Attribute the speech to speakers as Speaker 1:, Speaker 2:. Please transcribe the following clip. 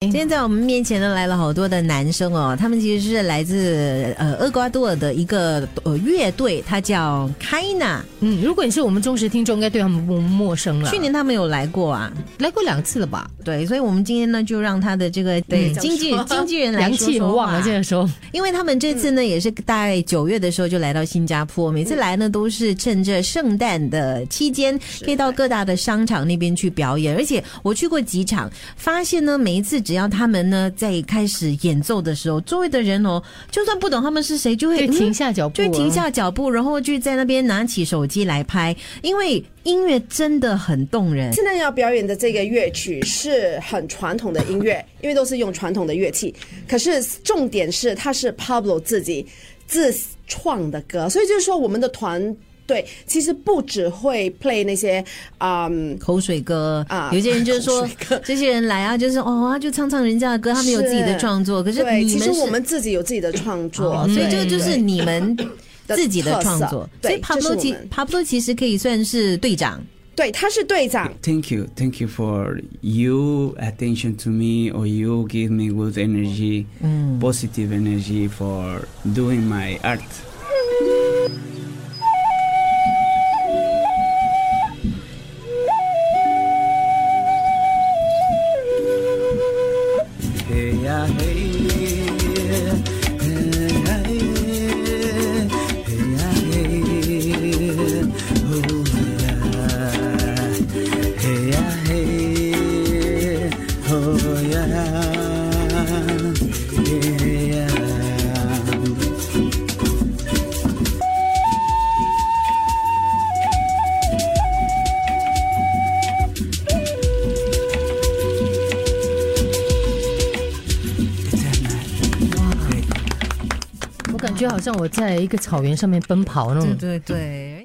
Speaker 1: 今天在我们面前呢来了好多的男生哦，他们其实是来自呃厄瓜多尔的一个呃乐队，它叫 Kina。
Speaker 2: 嗯，如果你是我们忠实听众，应该对他们不陌生了。
Speaker 1: 去年他们有来过啊，
Speaker 2: 来过两次了吧？
Speaker 1: 对，所以我们今天呢就让他的这个对
Speaker 2: 讲
Speaker 1: 经纪
Speaker 2: 说
Speaker 1: 经纪人来
Speaker 2: 阳
Speaker 1: 说
Speaker 2: 气
Speaker 1: 说
Speaker 2: 很旺啊，
Speaker 1: 话
Speaker 2: 这个时 候。
Speaker 1: 因为他们这
Speaker 3: 嗯
Speaker 1: 次呢，也是在九月的时候就来到新加坡，每次来呢都是趁着圣诞的期间，可以到各大的商场那边去表演。而且我去过几场，发现呢，每一次只要他们呢在开始演奏的时候，周围的人哦，就算不懂他们是谁，就会
Speaker 2: 就停
Speaker 1: 嗯
Speaker 2: 下脚步、
Speaker 1: 就会停。下脚步，然后就在那边拿起手机来拍，因为音乐真的很动人。
Speaker 3: 现在要表演的这个乐曲是很传统的音乐，因为都是用传统的乐器。可是重点是，它是 Pablo 自己自创的歌，所以就是说，我们的团队其实不只会 play 那些嗯。
Speaker 1: 口水歌
Speaker 3: 啊
Speaker 1: 有些人就是说
Speaker 3: 口水歌，
Speaker 1: 这些人来啊，就是哦，他就唱唱人家的歌，他们有自己的创作。可是
Speaker 3: 对，
Speaker 1: 你
Speaker 3: 其
Speaker 1: 们
Speaker 3: 实
Speaker 1: 是
Speaker 3: 我们自己有自己的创作，
Speaker 1: 哦，所以这个
Speaker 2: 对
Speaker 1: 就是你们
Speaker 3: 的
Speaker 1: 自己的
Speaker 3: 特
Speaker 1: 创
Speaker 3: 色
Speaker 1: 作。所以
Speaker 3: 对这是
Speaker 1: Pablo
Speaker 3: 我
Speaker 1: 其
Speaker 3: 们
Speaker 1: Pablo 其实可以算是队长，
Speaker 3: 对，他是队长，
Speaker 4: Thank you, thank you for you attention to me or you give me good energy, positive energy for doing my art. 嘿呀嘿耶，嘿呀嘿耶，嘿呀嘿耶，哦呀，嘿呀嘿耶，哦呀，嘿呀。
Speaker 2: 我感觉好像我在一个草原上面奔跑那种。
Speaker 1: 嗯对对，